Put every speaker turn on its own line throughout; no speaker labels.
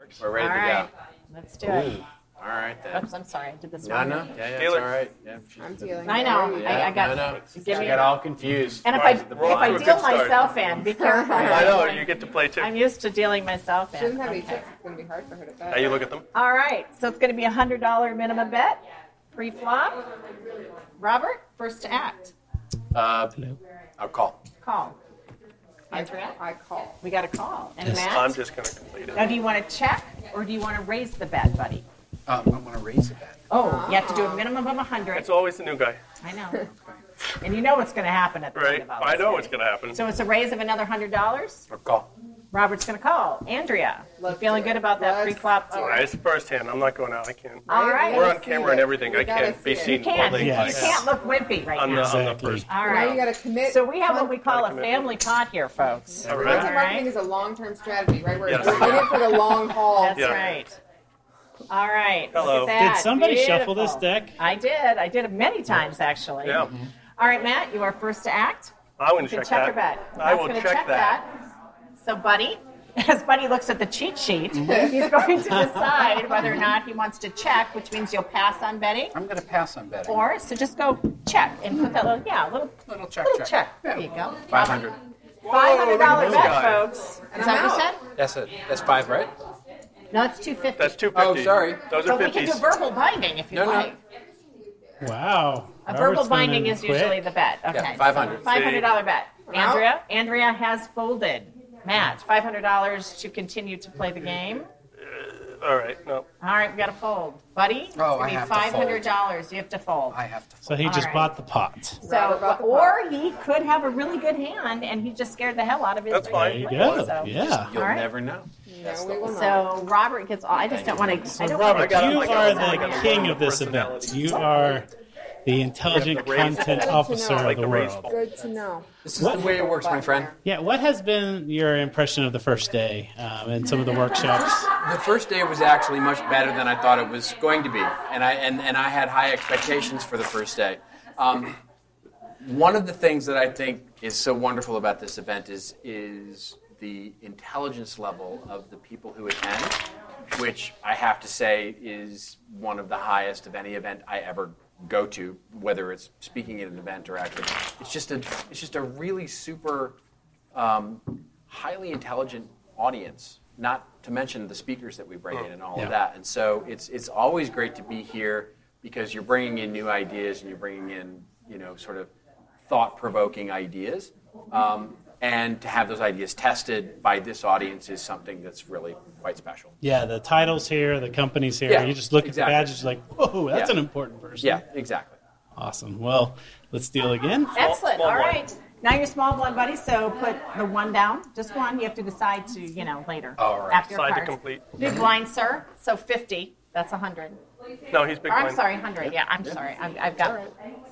works.
We're ready
All
to
right.
go.
Let's do it.
All right then.
Oops, I'm sorry. I did this
No,
wrong.
no, yeah, yeah, it's
Dealer.
all right. Yeah, she's-
I'm dealing.
I know.
yeah,
I, I
no,
got.
no.
give
She
me-
got all confused.
and if I
Fine, the
if
blind
I
were
deal
good start.
myself in, be careful.
I know, you get to play too.
I'm used to dealing myself
She doesn't
in.
have any
Okay.
chips. It's gonna be hard for her to bet.
Now you look at them.
All right, so it's going to be a hundred dollar minimum bet, free flop. Robert, first to act.
Uh, I'll call.
Call.
I,
Andrea,
I call.
we got a call. And
I'm
Matt,
just going to complete
now
it.
do you want to check or do you want to raise the bet, buddy?
Um, I want to raise it.
Oh, you have to do a minimum of a hundred.
It's always the new guy,
I know. And you know what's going to happen at the end
right?
of all
I
this,
know
right?
what's going to happen.
So it's a raise of another hundred dollars.
I'll call.
Robert's going to call. Andrea, you
Let's
feeling
do it.
good about that
Let's
free flop?
do
All right, it's firsthand. I'm not going out. I can't.
All right.
We're on
see
camera
it.
and everything.
You
I can't
gotta
be
see it.
seen
You can't.
holding
You
like
Yes.
can't look wimpy right
on the,
now.
on the
Exactly.
first.
All
Now you
right.
gotta commit.
So we have what we call a
Gotta commit.
family pot here, folks.
All
Content
right.
All right.
marketing is a long-term strategy, right? We're,
Yes.
we're in it for the long haul.
That's
Yeah.
right. All right.
Hello.
Look at that.
Did somebody shuffle this
Beautiful.
deck?
I did. I did it many times, actually.
Yeah.
All right, Matt, you are first to act.
I want
You
to
can
check
check
that.
or bet.
I
Matt's
will
gonna
check, that.
So, Buddy, as Buddy looks at the cheat sheet,
Mm-hmm.
he's going to decide whether or not he wants to check, which means you'll pass on betting.
I'm going to pass on betting.
Or, so just go check and put that little, yeah, little,
Little check,
little
check.
check. There you go.
500.
$500
this
bet,
guy.
folks. Is
And
that
I'm
what you said?
out.
That's it. That's five, right?
No, it's 250
That's 250.
Oh, sorry.
Those are
But we can
50s.
do verbal binding if you
No, no.
like.
Wow.
A
Robert's
verbal
coming
binding
in
is usually
quick.
the bet. Okay.
Yeah, 500.
Five hundred dollar bet. Andrea. Andrea has folded. Matt, five hundred dollars to continue to play the game.
All right. No.
All right, we got to fold, buddy. it's
Oh,
gonna
I
be
have to
Five
fold.
hundred dollars. You have to fold.
I have to.
So he
All
just
right.
bought the pot.
Robert
So,
got the
or he could have a really good hand, and he just scared the hell out of his.
That's fine.
There you
player,
go.
so-
Yeah.
You'll
All right.
never know.
No, we will not.
So Robert gets. all I just don't want to. I don't
I
Robert,
want
got him
you
like a-
are
like
the
a
king
little
of this event.
personality.
You are the intelligent
raise-
content
Good to
officer
know.
of
Like
the
the raise
world.
fold.
Good to know.
This is the way it works, my friend.
Yeah, what has been your impression of the first day um, and some of the workshops?
The first day was actually much better than I thought it was going to be, and I and, and I had high expectations for the first day. Um, one of the things that I think is so wonderful about this event is is the intelligence level of the people who attend, which I have to say is one of the highest of any event I ever go to, whether it's speaking at an event or actually. It's just a it's just a really super um, highly intelligent audience, not to mention the speakers that we bring in and all
Yeah.
of that. And so it's it's always great to be here because you're bringing in new ideas and you're bringing in you know sort of thought provoking ideas. Um, and to have those ideas tested by this audience is something that's really quite special.
Yeah, the titles here, the companies here.
Yeah,
you just look
exactly.
at the badges like, whoa, that's
Yeah.
an important person.
Yeah, exactly.
Awesome. Well, let's deal again.
Excellent.
small
All
one.
right. Now you're small blood buddy, so put the one down, just one. You have to decide to, you know, later.
All right.
After your
Decide to
cards.
complete.
Big blind, sir. So 50. That's 100.
No, he's big.
Or, I'm
blind.
sorry, 100. Yeah, I'm sorry. I'm, I've got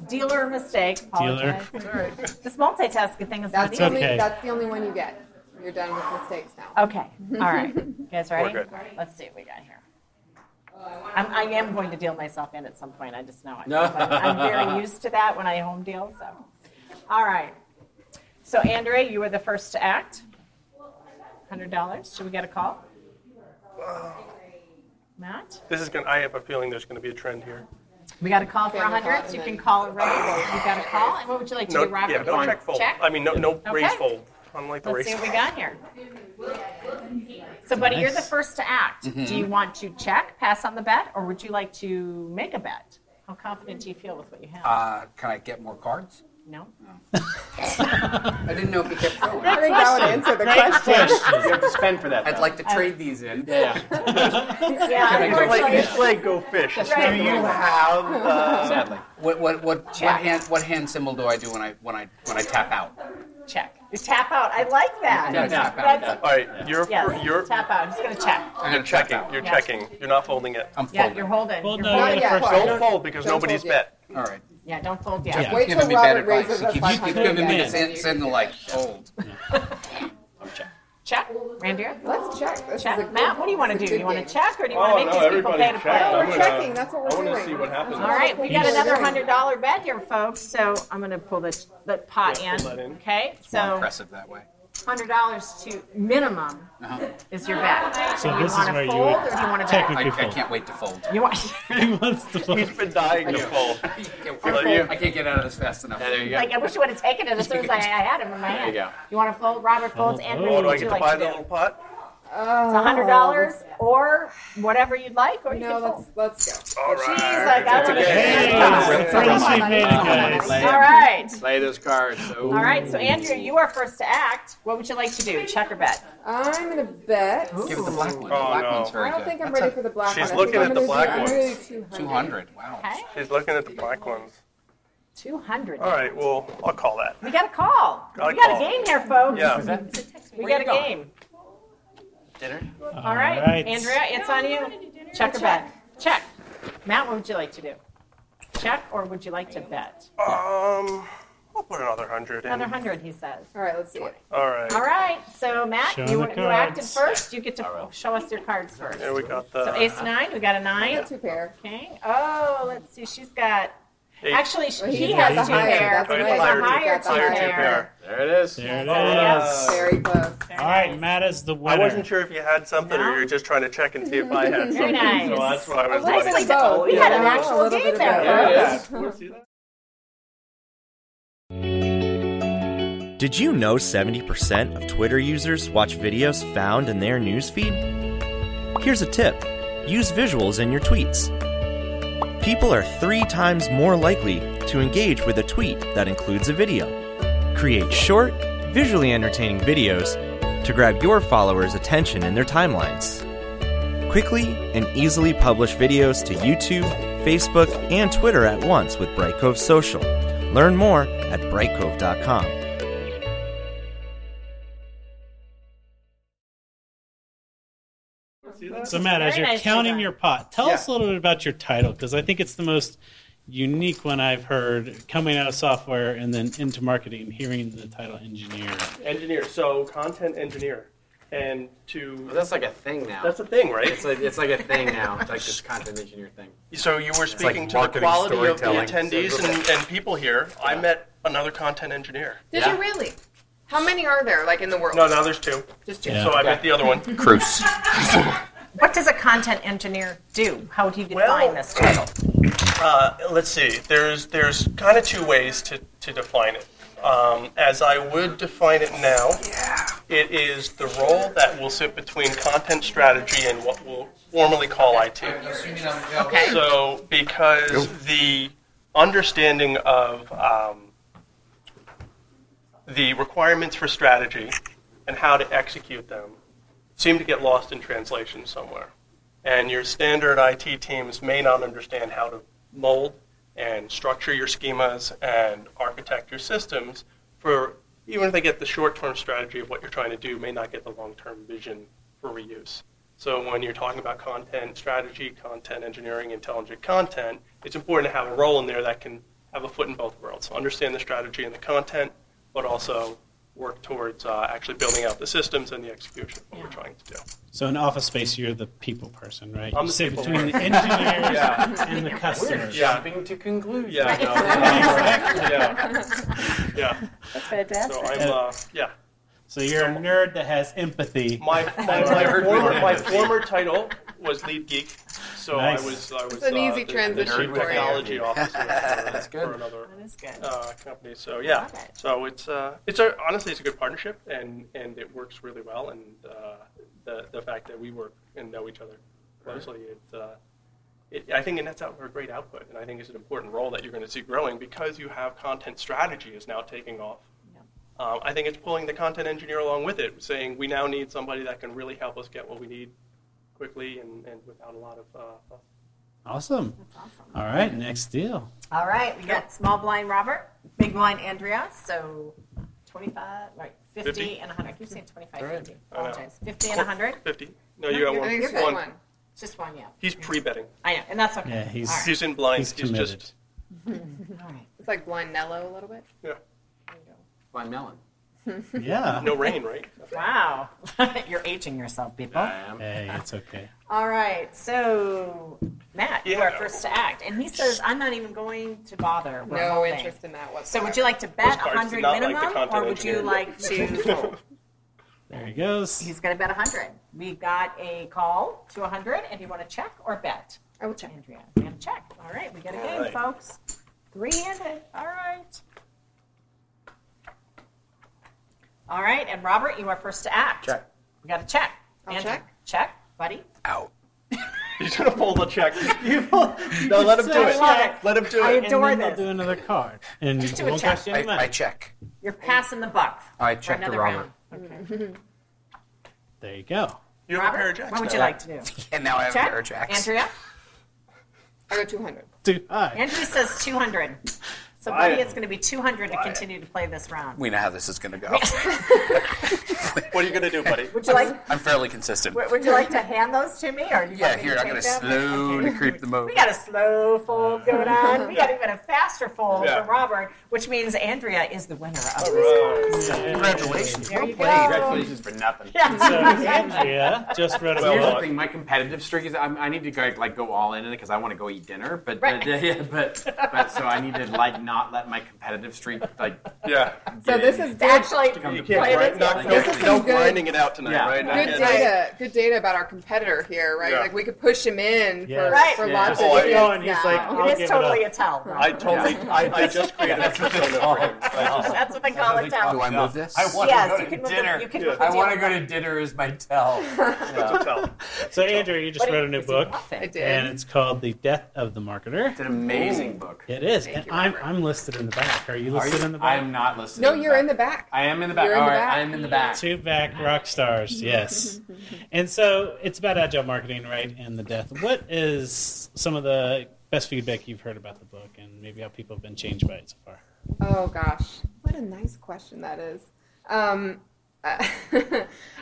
dealer mistake.
Dealer.
Apologize. This multitasking thing is not
That's
the
the only.
okay.
That's the only one you get. You're done with mistakes now.
Okay. All right. You guys ready?
good.
Let's see what we got here. I'm, I am going to deal myself in at some point. I just know it.
No.
I'm, I'm very used to that when I home deal. So, all right. So, Andrea, you were the first to act. Hundred dollars. Should we get a call? Matt,
This is going. I have a feeling there's going to be a trend here.
we got a call for a
Family
hundred.
call,
So you
and
can
then-
call a raise. You got a call. And what would you like to
No,
do, Robert?
yeah, no
Fine.
check fold. I mean, no, no raise
Okay.
fold. Unlike the
Let's see
raise.
what we got here. So, buddy, you're the
Nice. Mm-hmm.
first to act. Do you want to check, pass on the bet, or would you like to make a bet? How confident do you feel with what you have?
Uh, can I get more cards?
no.
I didn't know if you kept going.
I think that would answer the question.
you have to spend for that.
I'd like to trade these in.
Yeah.
Yeah, unfortunately.
like go fish.
Right.
Do you have? Uh,
Sadly.
what what what what
Jack.
hand what hand symbol do I do when I when I when I tap out?
Check. You tap out. I like that.
Yeah, tap out,
That's-
All right, you're
Yes.
you're
tap out. He's going to check.
you're
I'm gonna tap
checking.
out.
You're
Yeah.
checking. You're not folding it.
I'm
Yeah,
folding.
you're holding.
Well,
You're
no,
holding.
you're the
yet.
first.
Don't fold because
Don't
nobody's
fold yet.
bet.
All right.
Yeah, don't fold yet.
Yeah.
Wait
You're
till
giving me bad
Robert
advice.
raises
You
us
keep,
five
you keep
hundred
giving me the
again.
sin- signal like fold.
Oh. Check. Randira?
Let's check. This is a
Check.
good-
Matt, what do you want to
this is
do?
a good
You want
game.
to check
Oh,
or do you want to make these people pay to play?
I'm We're checking, that's what we're
I want to
doing.
see what happens.
All right, we got
Peace.
another hundred dollar bet here, folks. So I'm gonna pull the, the pot
Yeah,
in.
pull that in.
Okay, so
Impressive that way.
hundred dollars to minimum
Uh-huh.
is your bet.
So
do you
this is
want to
where you
fold
would
or do you want to bet?
technically-
I,
Good
I
fold.
can't wait to fold.
You want
He wants to
He's
vote.
been dying to fold.
I can't get out of this fast enough.
Yeah, there you go.
like I wish you would have taken it as soon as I, I had him in my hand.
you go.
You want to fold? Robert folds.
Oh,
Andrew,
oh,
Oh,
what
do I
would
get
you
to
like
buy
to
the
do?
little pot?
Oh,
It's hundred dollars or whatever you'd like, or you
No,
can
let's
fold.
let's go.
All right.
She's like, I want to.
Hey,
Yeah.
friends we've made,
Lay
guys.
'em.
All right.
Lay those cards. Ooh.
All right, so Andrew, you are first to act. What would you like to do? Check or bet?
I'm gonna bet.
Give it the black one. The
Oh,
black
no.
one's very
I don't
good.
think I'm
That's
ready for the black
She's
one. I
looking
think
at
I'm
the
gonna
black
do-
ones.
I'm gonna do 200.
200. Wow.
Okay,
She's looking at the black ones.
two hundred.
All right, well, I'll call that.
We got a call.
Got a
we got
call.
a game here, folks.
Yeah.
We
Where
got a
you going?
game.
Dinner?
All right.
right.
Andrea, it's on you. Check or bet? Check. Matt, what would you like to do? Check or would you like to bet?
Um, I'll put another hundred in.
Another hundred, he says.
All right, let's do it.
All right.
All right, so Matt,
Showing
you,
the
you acted
cards.
first. You get to show us your cards first.
Here we got
So
the
ace nine, we got a
I
nine.
got two pair.
Okay. Oh, let's see. She's got.
eight.
Actually, she,
Well,
he
he's
got
has
the
two
higher,
pair.
that's
He
right.
has a
Higher two-
higher two
higher
higher
two
pair.
pair.
There it is.
There
Uh,
it is.
Yes.
Very close.
All right, Matt is the winner.
I wasn't sure if you had something
No.
or you're just trying to check and see if I had
Very
something.
nice.
So that's why I was
Nicely
like,
done.
both,
We had an
yeah. A
actual
little bit
game
of
there.
both.
folks.
Yeah.
Did you know 70% of Twitter users watch videos found in their newsfeed? Here's a tip use visuals in your tweets. People are three times more likely to engage with a tweet that includes a video. Create short, visually entertaining videos to grab your followers' attention in their timelines. Quickly and easily publish videos to YouTube, Facebook, and Twitter at once with Bright Cove Social. Learn more at brightcove.com.
So Matt, as
Very
you're
nicely
counting
done.
your pot, tell us a little bit about your title because I think it's the most unique one I've heard coming out of software and then into marketing and hearing the title engineer.
engineer. So content engineer, and to
Well, that's like a thing now.
that's the thing, right?
it's like it's like a thing now. It's like this content engineer thing.
So you were
like
speaking to the
marketing
quality of the
storytelling.
attendees and, and people here. I met another content engineer.
Did
Yeah.
you really? How many are there, like in the world?
No, now there's two.
Just two.
Yeah.
So I met the other one.
Cruise.
What does a content engineer do? How would you define
Well-
this title?
Uh, let's see. There's there's kind of two ways to, to define it. Um, as I would define it now, it is the role that will sit between content strategy and what we'll formally call IT.
Okay.
So, because the understanding of um, the requirements for strategy and how to execute them seem to get lost in translation somewhere. And your standard IT teams may not understand how to mold and structure your schemas and architect your systems for even if they get the short-term strategy of what you're trying to do, may not get the long-term vision for reuse. So when you're talking about content strategy, content engineering, intelligent content, it's important to have a role in there that can have a foot in both worlds. So understand the strategy and the content, but also work towards uh, actually building out the systems and the execution of what we're trying to do.
So in office space, you're the people person, right?
I'm
you
the
sit
people
between the engineers and the customers.
Jumping to conclusions.
yeah, yeah.
That's fantastic.
So I'm, uh, yeah.
So you're a nerd that has empathy.
My my, my,
Nerd
former,
with
my
empathy.
former title was lead geek, so
Nice.
I was I was
an
uh,
easy
the-
transition
the
for you.
chief technology officer for, That's
good.
for another
That is good.
uh, company. So yeah,
Love it.
so it's uh, it's a, honestly it's a good partnership and and it works really well and uh, the the fact that we work and know each other closely it. Uh, it, I think it nets out for a great output, and I think it's an important role that you're going to see growing because you have content strategy is now taking off. Um, I think it's pulling the content engineer along with it, saying we now need somebody that can really help us get what we need quickly and, and without a lot of. Uh, fuss.
Awesome. All right, next deal.
All right, we got small blind Robert, big blind Andrea. So 25, right, 50,
50.
and 100. I keep saying 25,
All right.
50.
I know.
Apologize. 50 and 100.
Fifty? No, you got
I
one.
think it's that one.
It's just one, yeah.
He's pre-betting.
I know, and that's okay.
Yeah, he's-
All right.
He's in blinds.
He's
He's,
committed.
just.
All right.
It's like blind Nello a little bit.
Yeah.
Blind melon.
Yeah.
No rain, right?
Wow. You're aging yourself, people.
I am.
Hey, it's okay.
All right, so Matt, you are
Yeah.
first to act, and he says, "I'm not even going to bother." With the
No
whole
interest
Thing.
in that whatsoever.
So, would you like to bet
cards
100
did not like the
minimum,
content
or would you
engineering.
like to?
There he goes.
He's going to bet 100. We got a call to 100, and you want to check or bet?
I will check.
Andrea, we have a check. All right, we got a game,
right.
folks. Three-handed. All right. All right, and Robert, you are first to act.
Check.
We got a check.
I'll
Andrew,
check.
Check, buddy.
Out.
He's gonna pull the check. You pull, no, let him do
I
it.
love it.
Let him do
I
it.
And
adore
then they'll
this.
do another card, and
Just do
you
a
won't
check.
cost you any money.
check.
You're passing the buck.
I
for
checked to
another
Robert.
round. Okay.
There you go.
You have a pair
Robert,
of jacks.
what would
now.
you like to do?
And now I have
Check. Andrea?
I got 200.
Too high.
Andrew says 200. So,
Buy
buddy,
it.
it's going to be 200 to
Buy it.
continue to play this round.
We know how this is going to go.
What are you gonna do, buddy?
Would you like?
I'm fairly consistent.
Would you like to hand those to me, or do you
Yeah,
want me
here,
to
I'm
take
going to
them?
slowly creep them over.
We got a slow fold going on. We got even a faster fold
Yeah.
for Robert, which means Andrea is the winner of this.
Right.
Congratulations.
There
Well
you
played.
go.
Congratulations for nothing.
So Andrea just wrote a
Well,
Here's
book.
the thing. My competitive streak is I'm, I need to go, like go all in it because I want to go eat dinner. But
Right.
but, yeah, but but so I need to like not let my competitive streak like.
Yeah.
So
this is
Actually,
Come
You
to play.
can't grind,
This
knock,
is
no,
good.
no grinding it out tonight,
Yeah.
right?
Good
Yeah.
data. Good data about our competitor here, right?
Yeah.
Like we could push him in
Yeah.
for,
Right.
for
Yeah.
lots
Oh,
of
I-
things
oh,
and he's
now.
like, I'll
it
give
is
it
totally
up.
a tell.
I
Robert.
totally, I, I just created a persona for him. I just-
That's what they call a tell.
Do I move this?
Oh. I want
yes,
to
you can
go to
move
dinner.
The, you can
Yeah.
move the
I want
deal.
to go to dinner is my tell.
to tell.
So Andrea, you just
But it-
wrote a new
it's
book,
muffin.
I did.
and it's called "The Death of the Marketer."
It's an amazing book.
It is,
Thank
and
you,
I'm
Robert.
I'm listed in the back. Are you
Are
listed
you?
in the
I
back?
am not listed.
no, you're in the back.
I am in the back.
You're in
All
the
right,
back.
I am in the back.
Two back rock stars, yes. and so it's about agile marketing, right? And the death. What is some of the best feedback you've heard about the book, and maybe how people have been changed by it so far?
Oh gosh, what a nice question that is. Um, uh,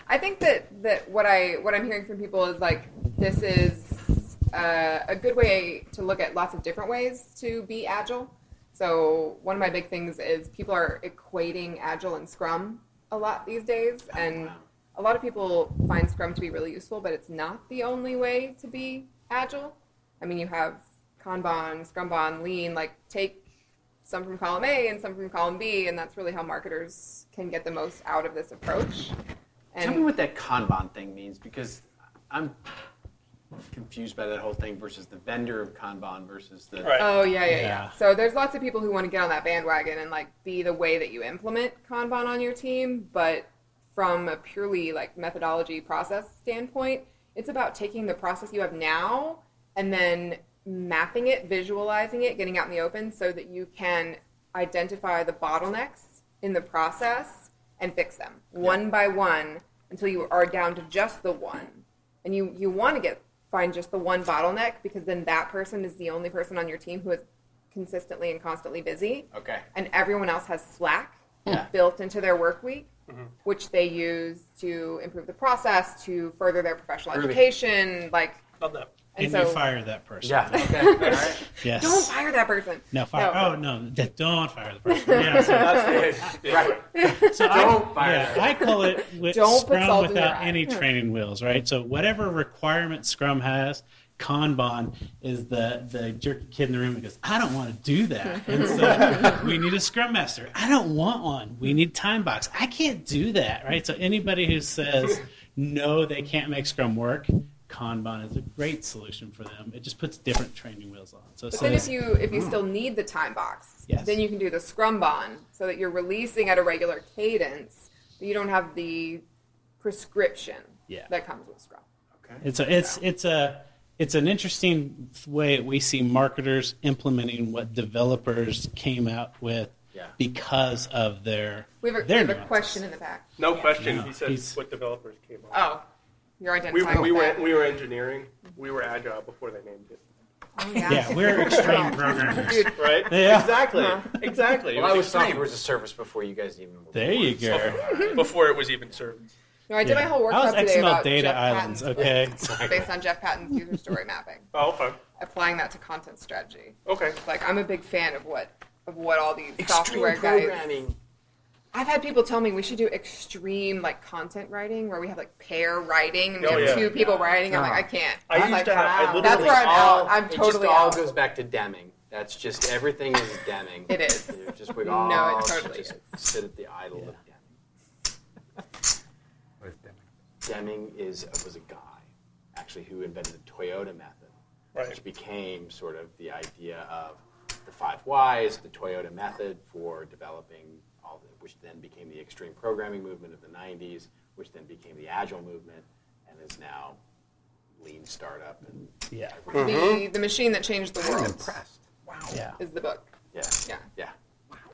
I think that, that what I what I'm hearing from people is like this is uh, a good way to look at lots of different ways to be agile. So one of my big things is people are equating agile and Scrum a lot these days, and a lot of people find Scrum to be really useful, but it's not the only way to be agile. I mean, you have Kanban, Scrumban, Lean, like take some from column A and some from column B, and that's really how marketers can get the most out of this approach. And
Tell me what that Kanban thing means because I'm confused by that whole thing versus the vendor of Kanban versus the.
Right.
oh yeah, yeah, yeah,
Yeah.
So there's lots of people who want to get on that bandwagon and like be the way that you implement Kanban on your team, but from a purely like methodology process standpoint, it's about taking the process you have now and then mapping it, visualizing it, getting out in the open so that you can identify the bottlenecks in the process and fix them one by one until you are down to just the one. And you, you want to get find just the one bottleneck because then that person is the only person on your team who is consistently and constantly busy
Okay.
and everyone else has Slack
Yeah.
built into their work week,
Mm-hmm.
which they use to improve the process, to further their professional
Groovy.
education. Like,
Love that.
and,
And,
so
you fire that person.
Yeah. Okay. All right.
Yes.
don't fire that person.
no, fire.
No.
Oh no, d- don't fire the person. Yeah, so,
That's the,
Right.
so
Don't
I,
fire
yeah,
that
I call it with
Don't put
Scrum
salt in your
without
eye.
any training wheels, right? So whatever requirement Scrum has, Kanban is the the jerky kid in the room who goes, I don't want to do that. And so we need a Scrum Master. I don't want one. We need Time Box. I can't do that, right? So anybody who says no, they can't make Scrum work. Kanban is a great solution for them. It just puts different training wheels on. So it
But then
says-
if you if you still need the time box,
Mm. Yes.
then you can do the scrum bond so that you're releasing at a regular cadence, but you don't have the prescription
Yeah.
that comes with scrum.
It's a, it's it's a it's an interesting way we see marketers implementing what developers came out with
Yeah.
because of their
We have a, we
their
have a
nuances.
question in the back.
No question.
No,
he said
he's-
what developers came up.
Oh, you're
we,
identifying.
we
with
were
that.
we were engineering. We were agile before they named it.
Oh,
Yeah, we're extreme programmers.
Dude,
Right?
Yeah.
Exactly. Exactly.
Well, I
It
was
extreme.
software as a service before you guys even. Were
There you go.
before it was even served.
No, I did my
Yeah.
whole
I
workshop
was
today
XML
about
data
Jeff
islands.
Patton's
Okay.
book based on Jeff Patton's user story mapping,
Oh, okay.
applying that to content strategy.
Okay.
Like I'm a big fan of what of what all these software
Extreme
guys.
programming.
I've had people tell me we should do extreme like content writing where we have like pair writing and we
Oh,
have
yeah.
two people writing. I'm like I can't.
I
I'm
used
like,
to have- I
wow.
literally-
That's where I'm
all,
out. I'm
it
totally
just all
out.
goes back to Deming. That's just everything is Deming.
It is.
You just we
No,
all
it
should
totally
just sit at the idol of Deming. Deming is was a guy, actually, who invented the Toyota method,
Right.
which became sort of the idea of the five whys, the Toyota method for developing all, the, which then became the extreme programming movement of the '90s, which then became the agile movement, and is now lean startup and
Yeah.
mm-hmm.
The, the machine that changed the world.
impressed.
Yeah.
Is the book.
Yeah,
Yeah.
yeah,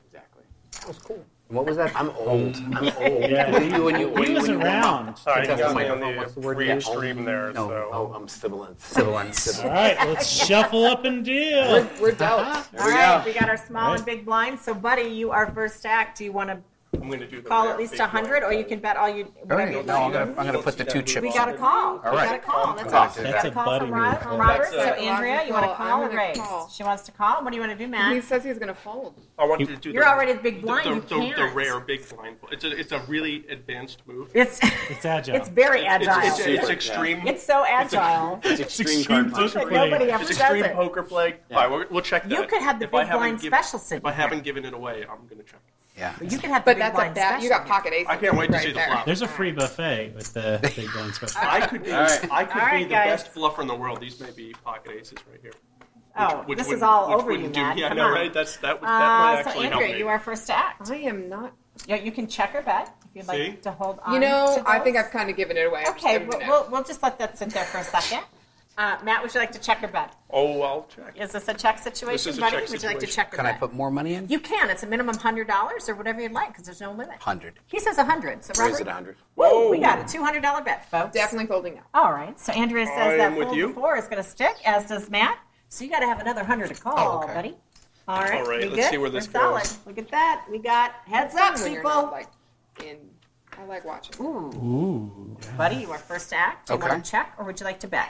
exactly.
That was cool. What was that?
I'm old. I'm old.
Yeah.
What do you do when you? What do
He
you
was
when you warm up?
around.
Sorry, you
That's
got
the
me on
microphone. What's the
the
word?
free
Yeah.
stream there.
No.
so.
Oh, I'm sibilant.
Sibilance.
All right, let's shuffle up and deal.
We're dealt.
All right, we got our small and big blind. So, buddy, you are first act. Do you want to
I'm going to do the
call
rare
at least
big one.
hundred, or you can bet all you.
All
whatever
right.
you'd
No, I'm
like.
gonna I'm gonna put the two chips.
We got a call.
All
We
right.
got a call. That's
That's
awesome.
That's
Got a
a
call
buddy
from, Rob,
move.
from Robert.
That's
So,
a-
Andrea, you want to
Well,
call
I'm
or
gonna
raise?
call.
She wants to call. What do you want to do,
He
Matt?
says he's gonna fold.
I want to do
You're
the,
already the big
the-
blind. You
The, the, the
can't.
rare big blind. It's a, it's a really advanced move.
It's
It's agile.
it's very agile.
It's,
It's,
it's, it's extreme.
so agile.
It's extreme card punch.
poker
But nobody
play.
ever
It's
does
extreme
it.
poker play. All right, we're, we'll check that.
You could have the
If I
big
haven't
blind
given-
special sitting
If I haven't
there.
given it away, I'm going to check.
Yeah.
You could have the
But
big
that's a
blind
bad. You
special.
got pocket aces.
I can't wait to
right
see the
there.
flop.
There's a free buffet with the big blind special.
I could be, I could
All right,
be the
guys.
best bluffer in the world. These may be pocket aces right here.
Oh,
Which
this is
wouldn't-
all
which
over you,
wouldn't do-
Matt.
Yeah,
Come
no,
on.
right? That's, that would, that would
Uh, so
actually help
Andrea,
me.
you are first to act.
I am not.
Yeah, you can check or bet if you'd
See?
like to hold on.
You
to
know, I think
those.
I've kind of given it away. I'm just
Okay,
giving
we'll,
it
we'll,
out.
we'll just let that sit there for a second. Uh, Matt, would you like to check or bet?
Oh, I'll check.
Is this a check situation,
This is a
buddy?
check
Would you like to
situation.
check or
Can I
bet?
put more money in?
you can. It's a minimum hundred dollars or whatever you'd like because there's no limit.
Hundred.
He says a hundred. So Robert,
Raise it 100.
Woo,
Oh,
we got a two hundred dollar bet, folks.
definitely folding now.
All right. So Andrea says
I
that
am with
fold
you.
before is going to stick, as does Matt. So you got to have another hundred to call,
Oh, okay.
buddy. All right.
All right,
we
let's
good?
see where this
We're solid.
goes.
Look at that. We got heads up,
When you're
people.
not, like in, I like watching.
Ooh,
Ooh.
buddy, you are first to act. Do you
Okay.
want to check or would you like to bet?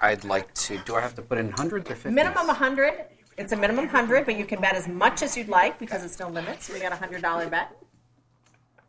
I'd like to. Do I have to put in hundreds or fifties?
Minimum 100. It's a minimum 100, but you can bet as much as you'd like because it's no limits. We got a $100 bet.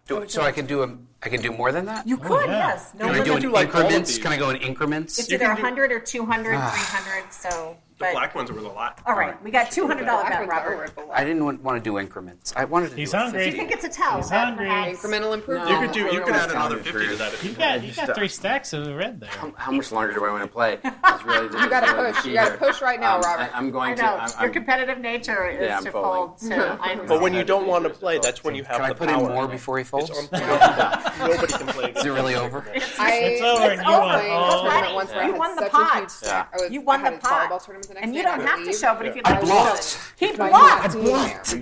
Do, so I can do a, I can do more than that.
You could,
yeah.
yes. No
Oh, Can I
limit.
do in
do, like, all of
increments?
these.
Can I go in increments?
It's
You
either
can do- Ah.
100 or 200, 300, so.
The
But,
black ones are worth a lot.
all right, we got $200 bet,
Backwards are
Robert.
worth a lot.
I didn't want, want to do increments. I wanted to.
He's
do a
hungry.
50.
I think it's a tell.
He's
is that
hungry.
perhaps-
Incremental improvement.
You could do. You could add
Tell
another
me
fifty to
first.
that. if
You
you
got,
want.
you got three stacks of red there.
How, how much longer do I want to play? It's really
You gotta push. You gotta push right now,
um,
Robert.
I, am going
I
to.
know.
I'm,
Your
I'm-
competitive nature is
Yeah, I'm
to
folding.
fold, so I
But
understand.
when you don't want to play, that's when you have
Can I
the
put in
power.
more before he folds?
It's unplayable. Nobody can play.
Is
against
it really
that.
over?
I,
It's over and
I
you want all
played a tournament
the
once where I
money.
had
You won the
such a
pot.
huge stack. I was-
You won
I had
the
a volleyball
pot.
tournament the next
And you
day, I
don't
had
have to
leave.
show, but if you'd
I
like
blocked.
to. He
My
blocked.
team there.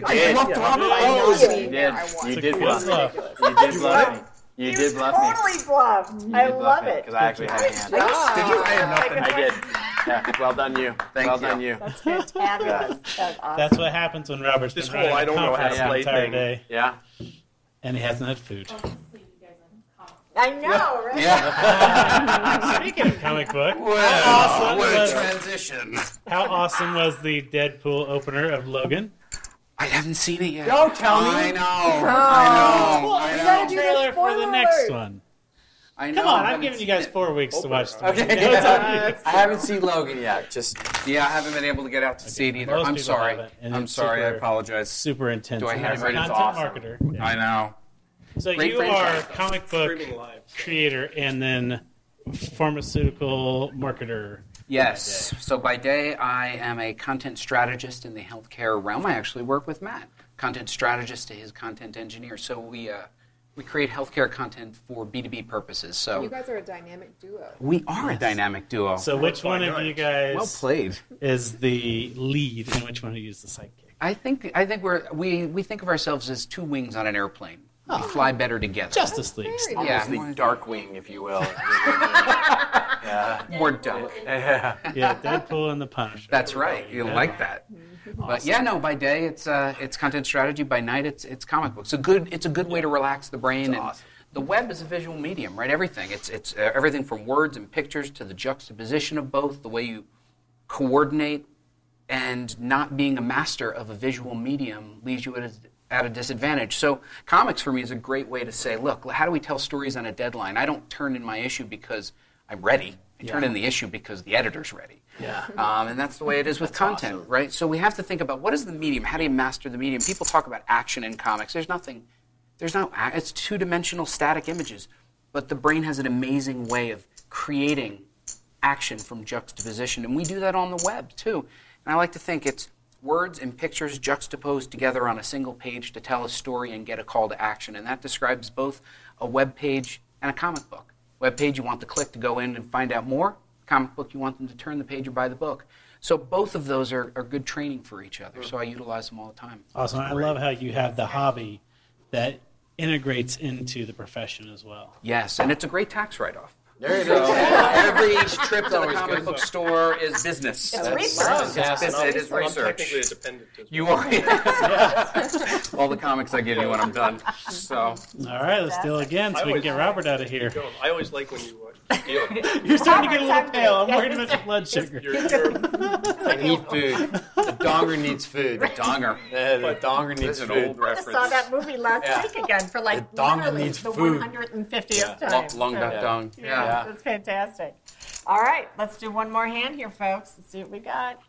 I love
I know
Robert.
it.
You did. You
a
did
good
bluff
bluff.
me. You did bluff me. You
He
did
was
bluff me.
totally bluffed. I love it.
Because I actually had a hand.
Ah,
Did you? I have nothing.
I did. Yeah, well done you.
Thank
well
you.
done you.
That's fantabulous. That's awesome.
That's what happens when Robert's
This
been running
whole I don't know how to
conference the
play
entire
thing.
day,
Yeah.
and he hasn't had food.
I know, right?
Speaking of comic book,
Well,
awesome
what
was-
a transition.
how awesome was the Deadpool opener of Logan?
I haven't seen it yet.
Don't tell me.
I know. I know. I know.
do the
Trailer for the
spoiler
next
alert.
one.
I know.
Come on,
I
I'm
haven't
giving you
seen
guys
it.
four weeks to watch. the
Okay.
movie. No, it's on you.
I haven't seen Logan yet. Just
Yeah, I haven't been able to get out to see it either.
Most
I'm
people
sorry.
haven't, and
I'm
it's
sorry. I
super-
apologize.
Super intense.
Do I
And
have
as a
it? It's
content
awesome.
marketer?
I know.
So
Great
you
franchise,
are comic book
Streaming live.
creator and then pharmaceutical marketer.
Yes. So by day, I am a content strategist in the healthcare realm. I actually work with Matt, content strategist to his content engineer. So we uh, we create healthcare content for B two B purposes.
You
So
guys are a dynamic duo.
we are a dynamic duo.
So which one of you guys
well played.
is the lead, and which one of you is the sidekick?
I think I think we're we, we think of ourselves as two wings on an airplane.
Ah.
We fly better together.
Justice League.
Very nice.
yeah,
the
more,
dark wing, if you will.
more dumb.
Yeah, Deadpool and the Punisher.
That's right. You like that. But yeah, no. By day, it's uh, it's content strategy. By night, it's it's comic books. A good it's a good way to relax the brain. and The web is a visual medium, right? Everything. It's it's uh, everything from words and pictures to the juxtaposition of both. The way you coordinate and not being a master of a visual medium leaves you at a, at a disadvantage. So, comics for me is a great way to say, look, how do we tell stories on a deadline? I don't turn in my issue because I'm ready. I turn in the issue because the editor's ready. Yeah. Um, and that's the way it is with content, right? So we have to think about what is the medium? How do you master the medium? People talk about action in comics. There's nothing. There's no. a- It's two-dimensional static images but the brain has an amazing way of creating action from juxtaposition. And we do that on the web too. And I like to think it's words and pictures juxtaposed together on a single page to tell a story and get a call to action. And that describes both a web page and a comic book. Web page, you want the click to go in and find out more. Comic book, you want them to turn the page or buy the book. So both of those are, are good training for each other. So I utilize them all the time.
Awesome. I love how you have the hobby that integrates into the profession as well.
Yes, and it's a great tax write off.
There it
So
is.
every trip to the
always
comic
good.
book store is business. It's
research.
It's business. It is
I'm technically a
research.
dependent. as
You
well.
are. all the comics I give you when I'm done. So
Mm-hmm.
All right, let's deal again so we can get Robert out of here.
Go on. I always like when you uh, keep dealing.
You're starting to get a little
Robert's
pale. I'm
active.
worried about your blood sugar.
You're, you're,
I need food. The donger needs food. The
donger.
Yeah, the donger
This
needs
is an
food.
old
I just saw that movie last
Yeah.
week again for like
The dongle
literally
needs
the
food.
150th
Yeah.
time.
Long, long duck
Yeah.
dong.
Yeah,
Yeah.
Yeah.
that's fantastic. All right, let's do one more hand here, folks. Let's see what we got.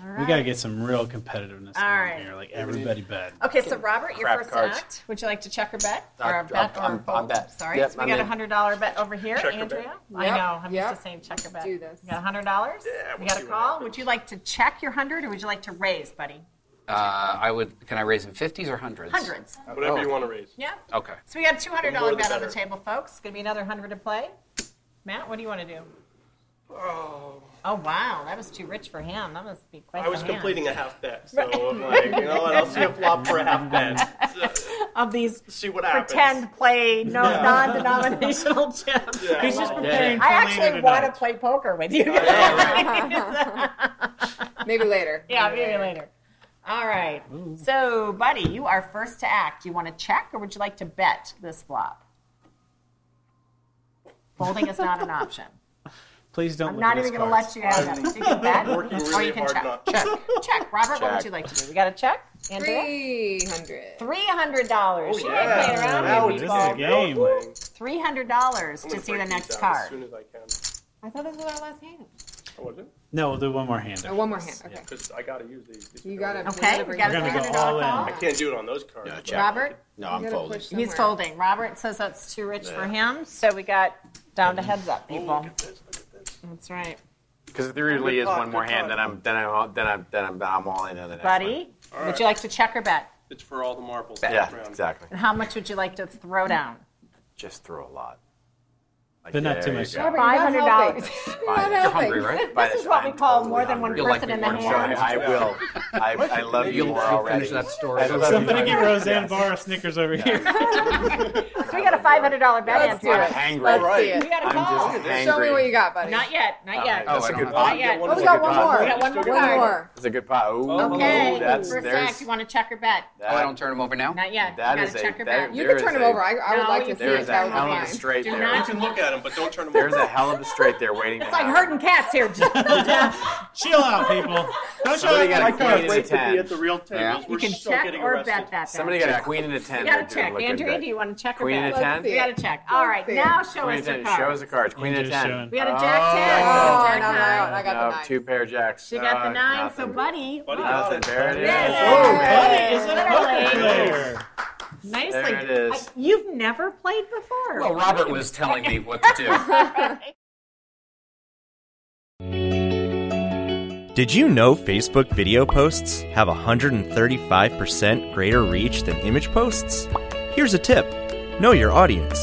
All right.
We got to get some real competitiveness
All
going
right.
here, like everybody bet.
Okay, so Robert, your
Crap
first
cards.
act. Would you like to check or bet?
I-
Or a
I-
bet or a
I'm- I'm
bold?
bet.
Sorry,
Yep,
so we
I'm
got a
in.
hundred dollar bet over here,
Check or bet.
Andrea. I
Yep,
know. I'm
yep.
just the same check or bet.
Do this.
You got a hundred dollars?
Yeah,
You
we'll
got a
see what
call?
happens.
Would you like to check your hundred, or would you like to raise, buddy?
Uh, I would. Can I raise in fifties or hundreds?
Hundreds.
whatever
Oh.
you want to raise.
Yeah.
Okay.
So we got a two hundred
The more
dollar
the
bet on the
better.
table, folks. It's gonna be another hundred to play. Matt, what do you want to do?
Oh,
Oh wow, that was too rich for him. That must be quite.
I was
the hand.
completing a half bet, so I'm like, you know what? I'll see a flop for a half bet. So,
of these
see what happens.
pretend play no
Yeah.
non-denominational chips.
Yeah,
He's just
well,
preparing
I
for
actually
later
want to
tonight.
play poker with you.
Maybe later.
yeah, maybe later. All right. So, buddy, you are first to act. You want to check, or would you like to bet this flop? Folding is not an option.
Please don't.
I'm
look
not
at
even
his
going to let
cards.
you have that. You can bet,
Working
or
really
you can
hard
check.
not-
Check. Check. Robert, what would
Check.
you like to do? We got to check. Andrea?
Three
$300.
hundred.
Oh,
yeah. Now
Ooh,
it's
this is
all
a game.
going.
$300 to see the next
As soon
card.
as I can.
I thought this was our last hand.
Oh,
What is it?
No, we'll do one more hand.
Oh, one more hand. Okay.
Because I gotta use these. these
You
cards.
gotta.
Okay, we
bring
got a
it
We're gonna
back.
go
$300
all in.
call.
I can't do it on those cards.
No, check.
Robert?
No, I'm
You gotta
folding.
push
He's
somewhere.
folding. Robert says that's too rich for him, so we got down to heads up,
Oh,
people.
look at this, look at this.
That's right.
Because there really
Good
is
luck,
one more
good
hand,
luck.
then I'm then I'm all- then I'm then I'm, I'm all in on the next one.
Buddy,
All
would
right.
you like to check or bet?
It's for all the marbles.
Yeah,
Round.
exactly.
And how much would you like to throw down?
Just throw a lot. Like,
But not
there
too
you
much.
go.
Robert, you're
Five
not
hundred
helping.
dollars.
By
Not
the-
helping.
Hungry, right?
by
This
the
is what
time
we
I'm
call
totally
more than one
hungry.
You'll like
person
me
in the
more tomorrow.
Sorry,
hand.
I will. I, I love you
You'll,
more
you'll
already.
finish that story.
I
soon.
love you
Somebody get
already.
Roseanne
Yes.
Barr a Snickers over here.
So we got a five hundred dollar bet,
Let's do
Andrew.
I'm
it.
hangry.
Let's
Right.
see
We
it.
got a
I'm
call.
just
Show me what you
hangry.
got, buddy.
Not yet. Not yet.
Oh,
That's
I
a
don't
good
have
Not
pot.
yet.
Oh, we
It's
got
a
one
good
more.
pot.
We got one more
Still got one
card.
more.
It's a good pot. Ooh,
Oh,
Okay.
that's
First
there's.
act. You want to check or bet?
Oh, I
that-
don't turn them over now.
Not yet.
That
you
is
got
a-
to check or
that-
bet.
You
There
can turn
is
him
a-
over. I, I would
No,
like
you
to see
can't
if
There's
that
a
turn
was
him
hell of
over.
a
mine.
straight
Do
there.
not-
You can look at them, but don't turn them.
There's
over.
a hell of a straight there waiting.
It's like herding cats here.
Chill out, people. Don't show
Somebody
up my
got a
cards.
queen and a
Wait to be at the
ten.
real tables.
Yeah.
You
We're
can
still
check
getting
or
arrested.
bet that.
Somebody
bet.
got a queen and a ten.
You got
They're
to
doing
check.
looking
Andrea,
good.
do you want to check or
Queen and
bet?
a ten.
We got to check. All right,
see.
now show
Queen
us
and
your
ten. Show us
cards.
the cards. Queen and a
Andrew's
ten.
showing.
We got a
Oh,
jack ten.
Oh,
jack
no, no,
nine.
no. I got the
No,
nine.
two pair jacks.
She got the
Uh,
nine, so
nothing.
buddy.
Buddy
wow.
got
Nothing. There it is.
Yes.
Buddy
Ooh,
is a
Literally.
poker player.
Nicely.
There it is.
I- you've never played before.
Well, Robert was telling me what to do.
Did you know Facebook video posts have 135% greater reach than image posts? Here's a tip know your audience.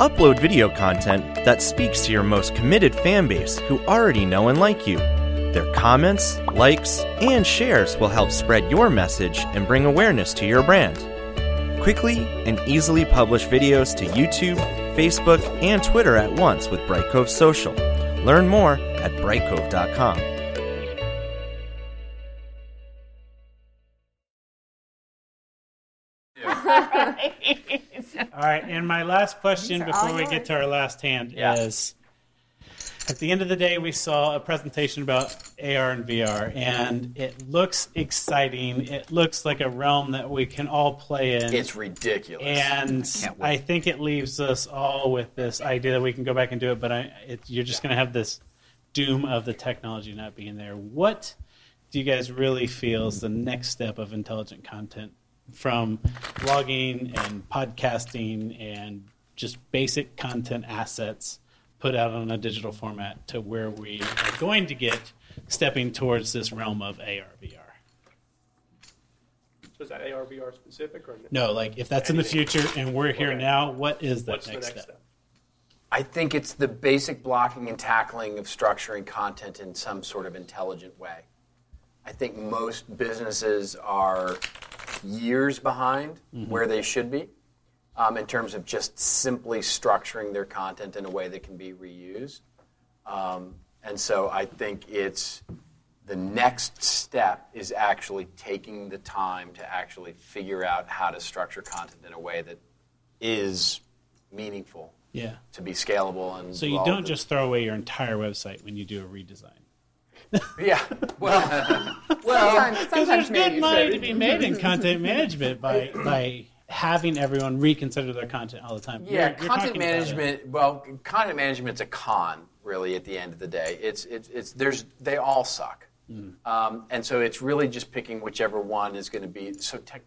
Upload video content that speaks to your most committed fan base who already know and like you. Their comments, likes, and shares will help spread your message and bring awareness to your brand. Quickly and easily publish videos to YouTube, Facebook, and Twitter at once with Bright Cove Social. Learn more at brightcove.com.
All right, and my last question
These are
before
all
we
yours.
get to our last hand
Yeah.
is at the end of the day, we saw a presentation about AR and VR, and it looks exciting. It looks like a realm that we can all play in.
It's ridiculous.
and
wait.
I, think it leaves us all with this idea that we can go back and do it, but I, it, you're just going to have this doom of the technology not being there. What do you guys really feel is the next step of intelligent content from blogging and podcasting and just basic content assets put out on a digital format to where we are going to get stepping towards this realm of AR, VR.
So is that ARVR specific or
No, like if that's in the
Anything.
future and we're here
Okay.
now, what is that
What's the
next,
next
step?
step?
I think it's the basic blocking and tackling of structuring content in some sort of intelligent way. I think most businesses are years behind Mm-hmm. where they should be um, in terms of just simply structuring their content in a way that can be reused. Um, and so I think it's the next step is actually taking the time to actually figure out how to structure content in a way that is meaningful
Yeah.
to be scalable and
So you
all
don't
the-
just throw away your entire website when you do a redesign.
yeah
Well,
Sometimes,
Because
sometimes
there's
maybe.
good money to be made in content management by by having everyone reconsider their content all the time.
yeah
You're- you're
content
talking about it.
management well content management's a con really at the end of the day it's it's, it's there's they all suck
Mm.
um, and so it's really just picking whichever one is going to be so tech,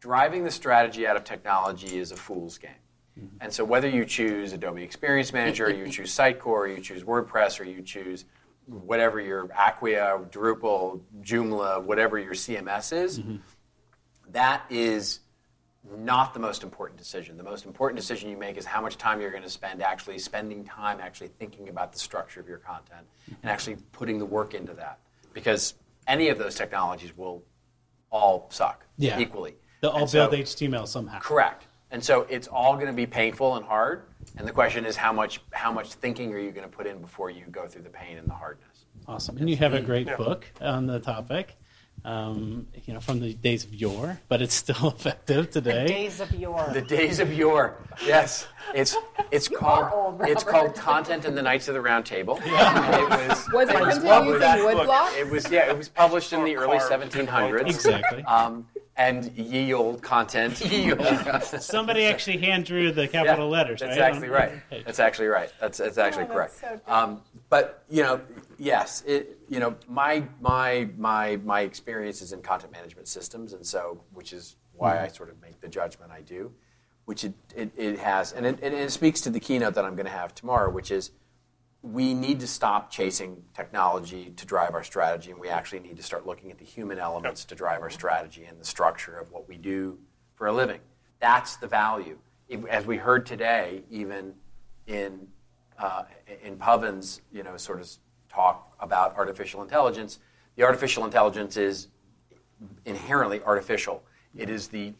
driving the strategy out of technology is a fool's game
Mm-hmm.
and so whether you choose adobe experience manager or you choose sitecore or you choose wordpress or you choose whatever your acquia drupal joomla whatever your cms is
Mm-hmm.
that is not the most important decision. The most important decision you make is how much time you're going to spend actually spending time actually thinking about the structure of your content
Mm-hmm.
and actually putting the work into that. Because any of those technologies will all suck
Yeah.
equally.
They'll all
And so-
build HTML somehow.
Correct. And so it's all going to be painful and hard. And the question is how much how much thinking are you going to put in before you go through the pain and the hardness?
Awesome. And you have a great
Yeah.
book on the topic, um, you know, from the days of yore, but it's still effective today.
Days of yore.
The days of yore. Yes, it's it's called
old,
it's
Robert.
called content and the Knights of the Round Table. It was
Was
it was
it printed
published-
using
that
wood
book,
blocks?
It was yeah, it was published in the
Or
early
carved.
1700s.
Exactly.
Um, and ye old content. Ye old.
Somebody actually hand drew the capital letters.
That's
right?
actually right. That's actually right. That's that's actually
Oh, that's
correct.
so good.
um, but you know, yes, it, you know, my my my my experience is in content management systems, and so which is why
Hmm.
I sort of make the judgment I do, which it it, it has, and it, and it speaks to the keynote that I'm going to have tomorrow, which is we need to stop chasing technology to drive our strategy, and we actually need to start looking at the human elements to drive our strategy and the structure of what we do for a living. That's the value. If- As we heard today, even in uh, in Pavan's you know sort of talk about artificial intelligence, the artificial intelligence is inherently artificial. It is the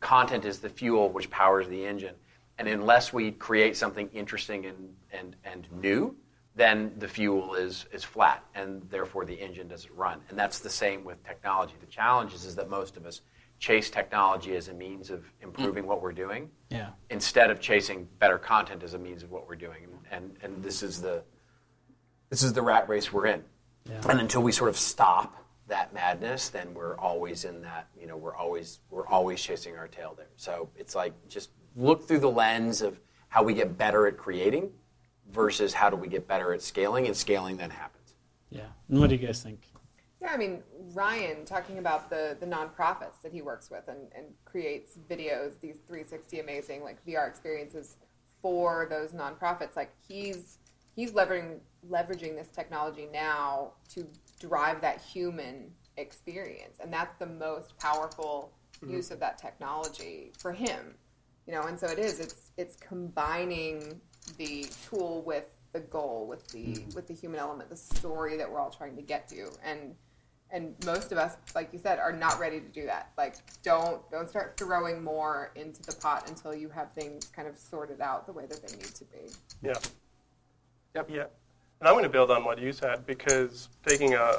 content is the fuel which powers the engine. And unless we create something interesting and, and, and new, then the fuel is, is flat and therefore the engine doesn't run. And that's the same with technology. The challenge is, is that most of us chase technology as a means of improving what we're doing
Yeah.
instead of chasing better content as a means of what we're doing. And, and this is the this is the rat race we're in. And until we sort of stop that madness, then we're always in that, you know, we're always we're always chasing our tail there. So it's like just look through the lens of how we get better at creating versus how do we get better at scaling and scaling then happens.
Yeah. And what do you guys think?
Yeah, I mean Ryan talking about the the nonprofits that he works with and, and creates videos, these 360 amazing like VR experiences for those nonprofits. Like he's he's leveraging leveraging this technology now to drive that human experience, and that's the most powerful use of that technology for him. You know, and so it is. It's it's combining the tool with the goal with the with the human element the story that we're all trying to get to and and most of us like you said are not ready to do that like don't don't start throwing more into the pot until you have things kind of sorted out the way that they need to be
Yeah. Yep. Yeah. And I'm going to build on what you said because taking a,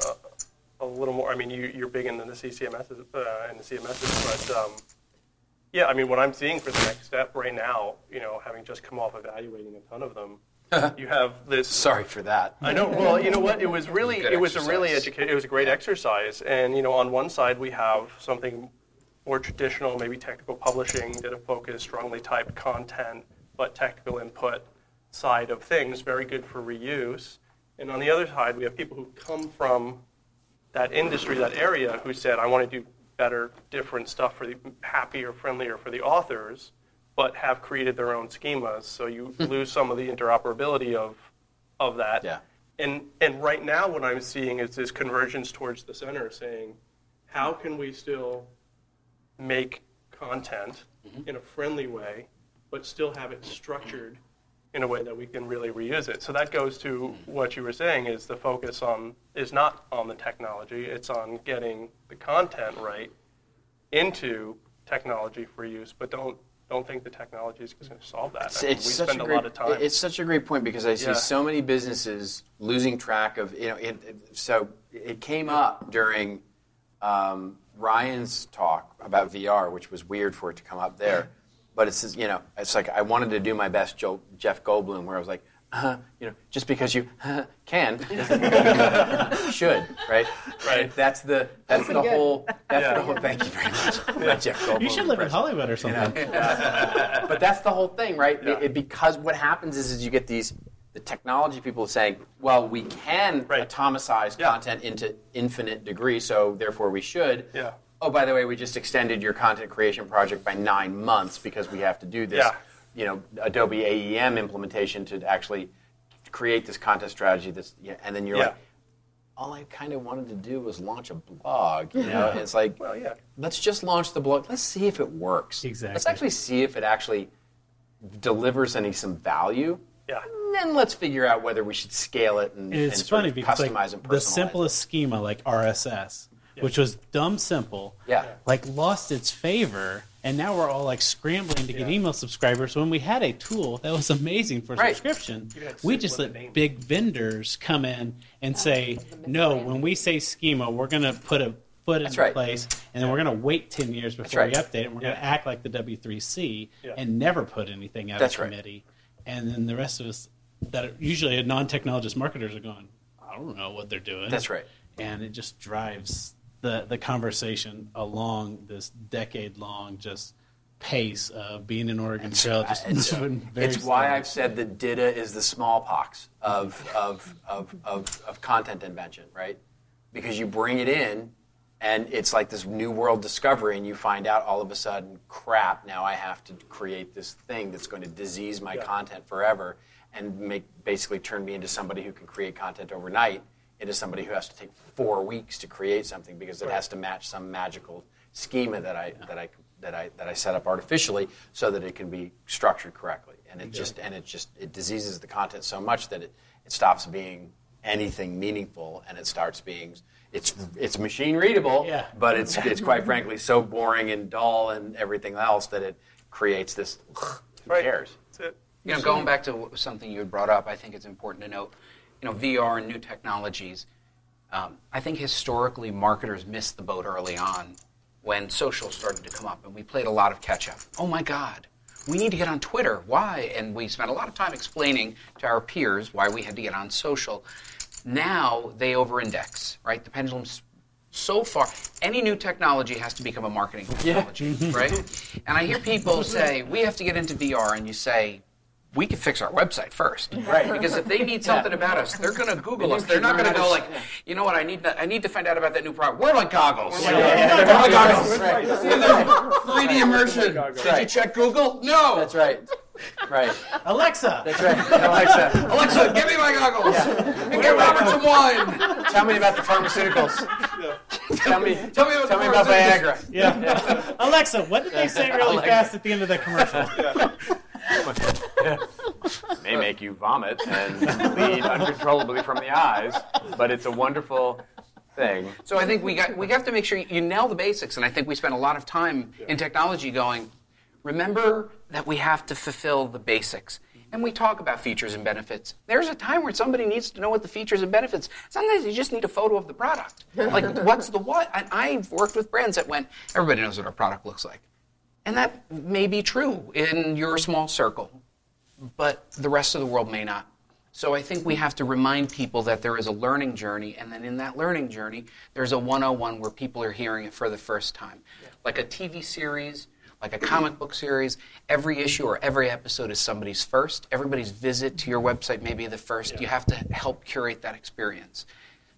a little more, I mean, you, you're big into the CCMSs uh, and the CMSs, but um, yeah, I mean, what I'm seeing for the next step right now, you know, having just come off evaluating a ton of them, you have this.
Sorry for that.
I know. Well, you know what? It was really,
Good
it was a really
exercise.
educa- it was a great exercise. And you know, on one side we have something more traditional, maybe technical publishing, did a focus strongly typed content, but technical input side of things, very good for reuse. And on the other side, we have people who come from that industry, that area, who said, "I want to do better, different stuff for the happier, friendlier for the authors, but have created their own schemas. So you lose some of the interoperability of of that.
Yeah.
And and right now, what I'm seeing is this convergence towards the center, saying, how can we still make content
Mm-hmm.
in a friendly way, but still have it structured in a way that we can really reuse it. So that goes to
Mm-hmm.
what you were saying is the focus on is not on the technology, it's on getting the content right into technology for use, but don't don't think the technology is going to solve that.
It's,
I mean,
it's
we
such
spend
a
a,
great,
lot of time.
It's such a great point because I see
Yeah.
so many businesses losing track of you know. It, it- so it came up during um, Ryan's talk about VR, which was weird for it to come up there. But it's just, you know, it's like I wanted to do my best, Joe, Jeff Goldblum, where I was like, uh, you know, just because you uh-huh, can doesn't mean you should, right?
Right.
That's the that's the
good.
whole that's
Yeah.
the whole. Thank you very much. Jeff Goldblum
You should live in
impression
Hollywood or something.
you know? Uh, but that's the whole thing, right?
Yeah.
It, it- because what happens is, is you get these the technology people saying, well, we can
Right.
atomicize
Yeah.
content into infinite degree, so therefore we should.
Yeah.
Oh, by the way, we just extended your content creation project by nine months because we have to do this.
Yeah.
You know, Adobe AEM implementation to actually create this content strategy. This, yeah, and then you're
Yeah.
like. All I kind of wanted to do was launch a blog, you know. and it's like,
well, yeah.
let's just launch the blog. Let's see if it works. Let's
Exactly.
actually see if it actually delivers any some value.
Yeah.
And then let's figure out whether we should scale it and,
it's
and sort
funny
of
because
customize
like
and personalize.
the simplest schema like RSS, which was dumb simple,
Yeah.
like lost its favor, and now we're all like scrambling to get
Yeah.
email subscribers. When we had a tool that was amazing for
Right.
subscription,
You had
we
six
just
with a
let
name.
big vendors come in and say, "No, when we say schema, we're going to put a foot in
That's right.
place, and then we're going to wait ten years before
right.
we update it. And we're going
Yeah.
to act like the W3C
Yeah.
and never put anything out
That's
of
right.
committee." And then the rest of us that are usually non-technologist marketers are going, I don't know what they're doing.
That's right.
And it just drives the the conversation along this decade long just pace of being in Oregon Trail. Just
it's,
moving very
it's why
slowly.
I've said that DITA is the smallpox of, of, of, of, of content invention, right? Because you bring it in, and it's like this new world discovery, and you find out all of a sudden, crap, now I have to create this thing that's going to disease my content forever and make, basically turn me into somebody who can create content overnight into somebody who has to take four weeks to create something because it has to match some magical schema that I, that I that I that I set up artificially so that it can be structured correctly. And it just and it just it diseases the content so much that it, it stops being anything meaningful and it starts being it's it's machine readable,
Yeah.
but it's it's quite frankly so boring and dull and everything else that it creates this who
Right.
cares.
That's it.
You know, going back to w- something you had brought up, I think it's important to note, you know, VR and new technologies. Um, I think historically marketers missed the boat early on when social started to come up, and we played a lot of catch up. Oh my God, we need to get on Twitter. Why? And we spent a lot of time explaining to our peers why we had to get on social. Now they over-index, right? The pendulum's so far. Any new technology has to become a marketing technology, right? And I hear people say, "We have to get into VR," and you say, we could fix our website first, right? Because if they need something about us, they're going to Google us. They're not going to go like, you know what? I need to, I need to find out about that new product. We're like goggles. Yeah, We're like goggles. We're like 3D immersion. Did you
right.
check Google? No.
That's right. Right.
Alexa.
That's right. Alexa.
Alexa, give me my goggles. And get Robert some wine.
Tell me about the pharmaceuticals. Tell me
Tell me about
tell
the
me about
pharmaceuticals.
Viagra.
Yeah. Alexa, what did they say really fast at the end of that commercial?
may make you vomit and bleed uncontrollably from the eyes, but it's a wonderful thing.
So I think we got we have to make sure you nail the basics, and I think we spend a lot of time in technology going. Remember that we have to fulfill the basics. And we talk about features and benefits. There's a time where somebody needs to know what the features and benefits. Sometimes you just need a photo of the product. Like, what's the what? And I've worked with brands that went, everybody knows what our product looks like. And that may be true in your small circle but the rest of the world may not. So I think we have to remind people that there is a learning journey, and then in that learning journey, there's a 101 where people are hearing it for the first time. Like a TV series, like a comic book series, every issue or every episode is somebody's first. Everybody's visit to your website may be the first. You have to help curate that experience.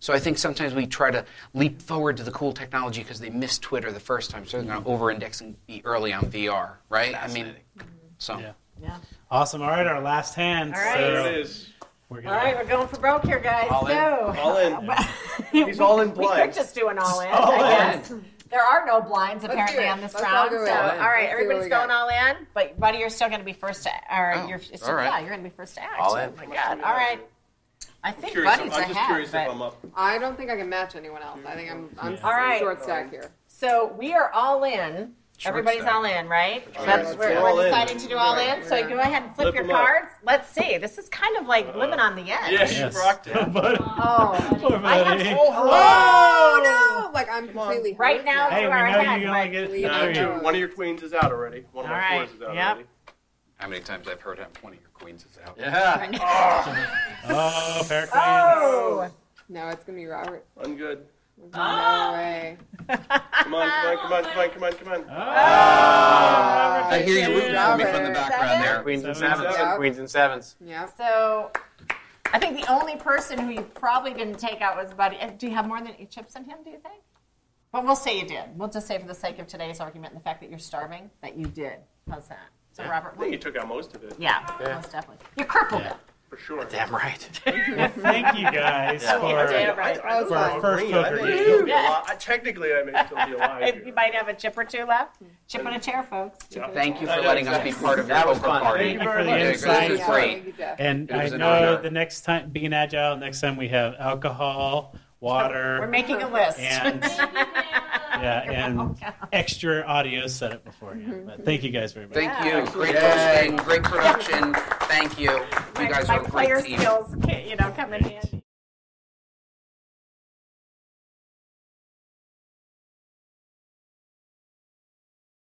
So I think sometimes we try to leap forward to the cool technology because they missed Twitter the first time, so they're going to over-index and be early on VR, right? I mean, so
Yeah.
Yeah.
Awesome. All right, our last hand.
All right.
So
There it
is.
We're
All
gonna,
right, we're going for broke here, guys.
All in.
so
All in.
He's
all in
We
blind.
could just do an all in. I guess. There are no blinds
do
apparently
it.
on this
Let's all
round.
go
so,
in.
all right,
Let's see what
everybody's
we got.
going all in, but buddy, you're still going to be first. To, or
Oh,
you're, it's-
all right.
yeah, you're going to be first to act.
All
oh
in.
my god! All right, I think
Curious,
buddy's
I'm just
ahead.
curious
but-
if I'm up.
I don't think I can match anyone else. I think I'm I'm
All
right.
short stack here.
So we are all in. Everybody's
stack.
all in, right?
All
That's,
in.
we're,
Let's
we're
all in.
deciding to do all in. So
Yeah.
go ahead and flip
Flip
your
'em up. Uh,
cards. Let's see. This is kind of like living on the edge.
Yeah,
Yes.
you rocked it.
Buddy.
Oh,
Poor
I
buddy.
have
Oh no! Like I'm completely
Right
hurt
now,
Hey,
you
we
are
know
ahead.
you
but-
only get.
Lee,
No,
there you
two.
go.
know.
One of your queens is out already. One of
All
my
right,
fours is out
yep.
already.
how many times I've heard one of your queens is out.
Yeah.
Oh, fair queen.
Oh,
No, it's gonna be Robert.
I'm good.
No way.
Come on, come on, come on, come on, come on, come on.
Uh,
I hear you rooting for me from the
Robert.
background there.
Queens and
Seven.
sevens.
Seven.
Queens and sevens.
Yep.
so I think the only person who you probably didn't take out was Buddy. Uh, Do you have more than eight chips in him? Do you think? But we'll say you did. We'll just say for the sake of today's argument, and the fact that you're starving, that you did. How's that? So Robert,
I think you took out most of it,
yeah, most definitely. You crippled it.
for sure.
Damn right.
Thank you guys
Yeah,
for,
right.
That was
for our
fun.
first
I
poker
may
game.
still be
Yeah.
alive. I- Technically, I may still be alive.
You
here.
might have a chip or two left. Chip in a chair, folks. Chip in a
Thank you
I
for
know
letting us be
exactly.
part of your
That was
poker
fun.
party.
Thank you for
Yeah,
the
this is
insight.
Yeah,
great.
you, Jeff.
And
It
I
was an
know
honor.
the next time, being agile, next time we have alcohol, water,
We're making a list.
and yeah, and extra audio setup beforehand. But thank you guys very much.
Thank you. Great
Yay.
hosting. Great production. Thank you. You guys
my
are a
player
great team.
skills, you know, come in handy.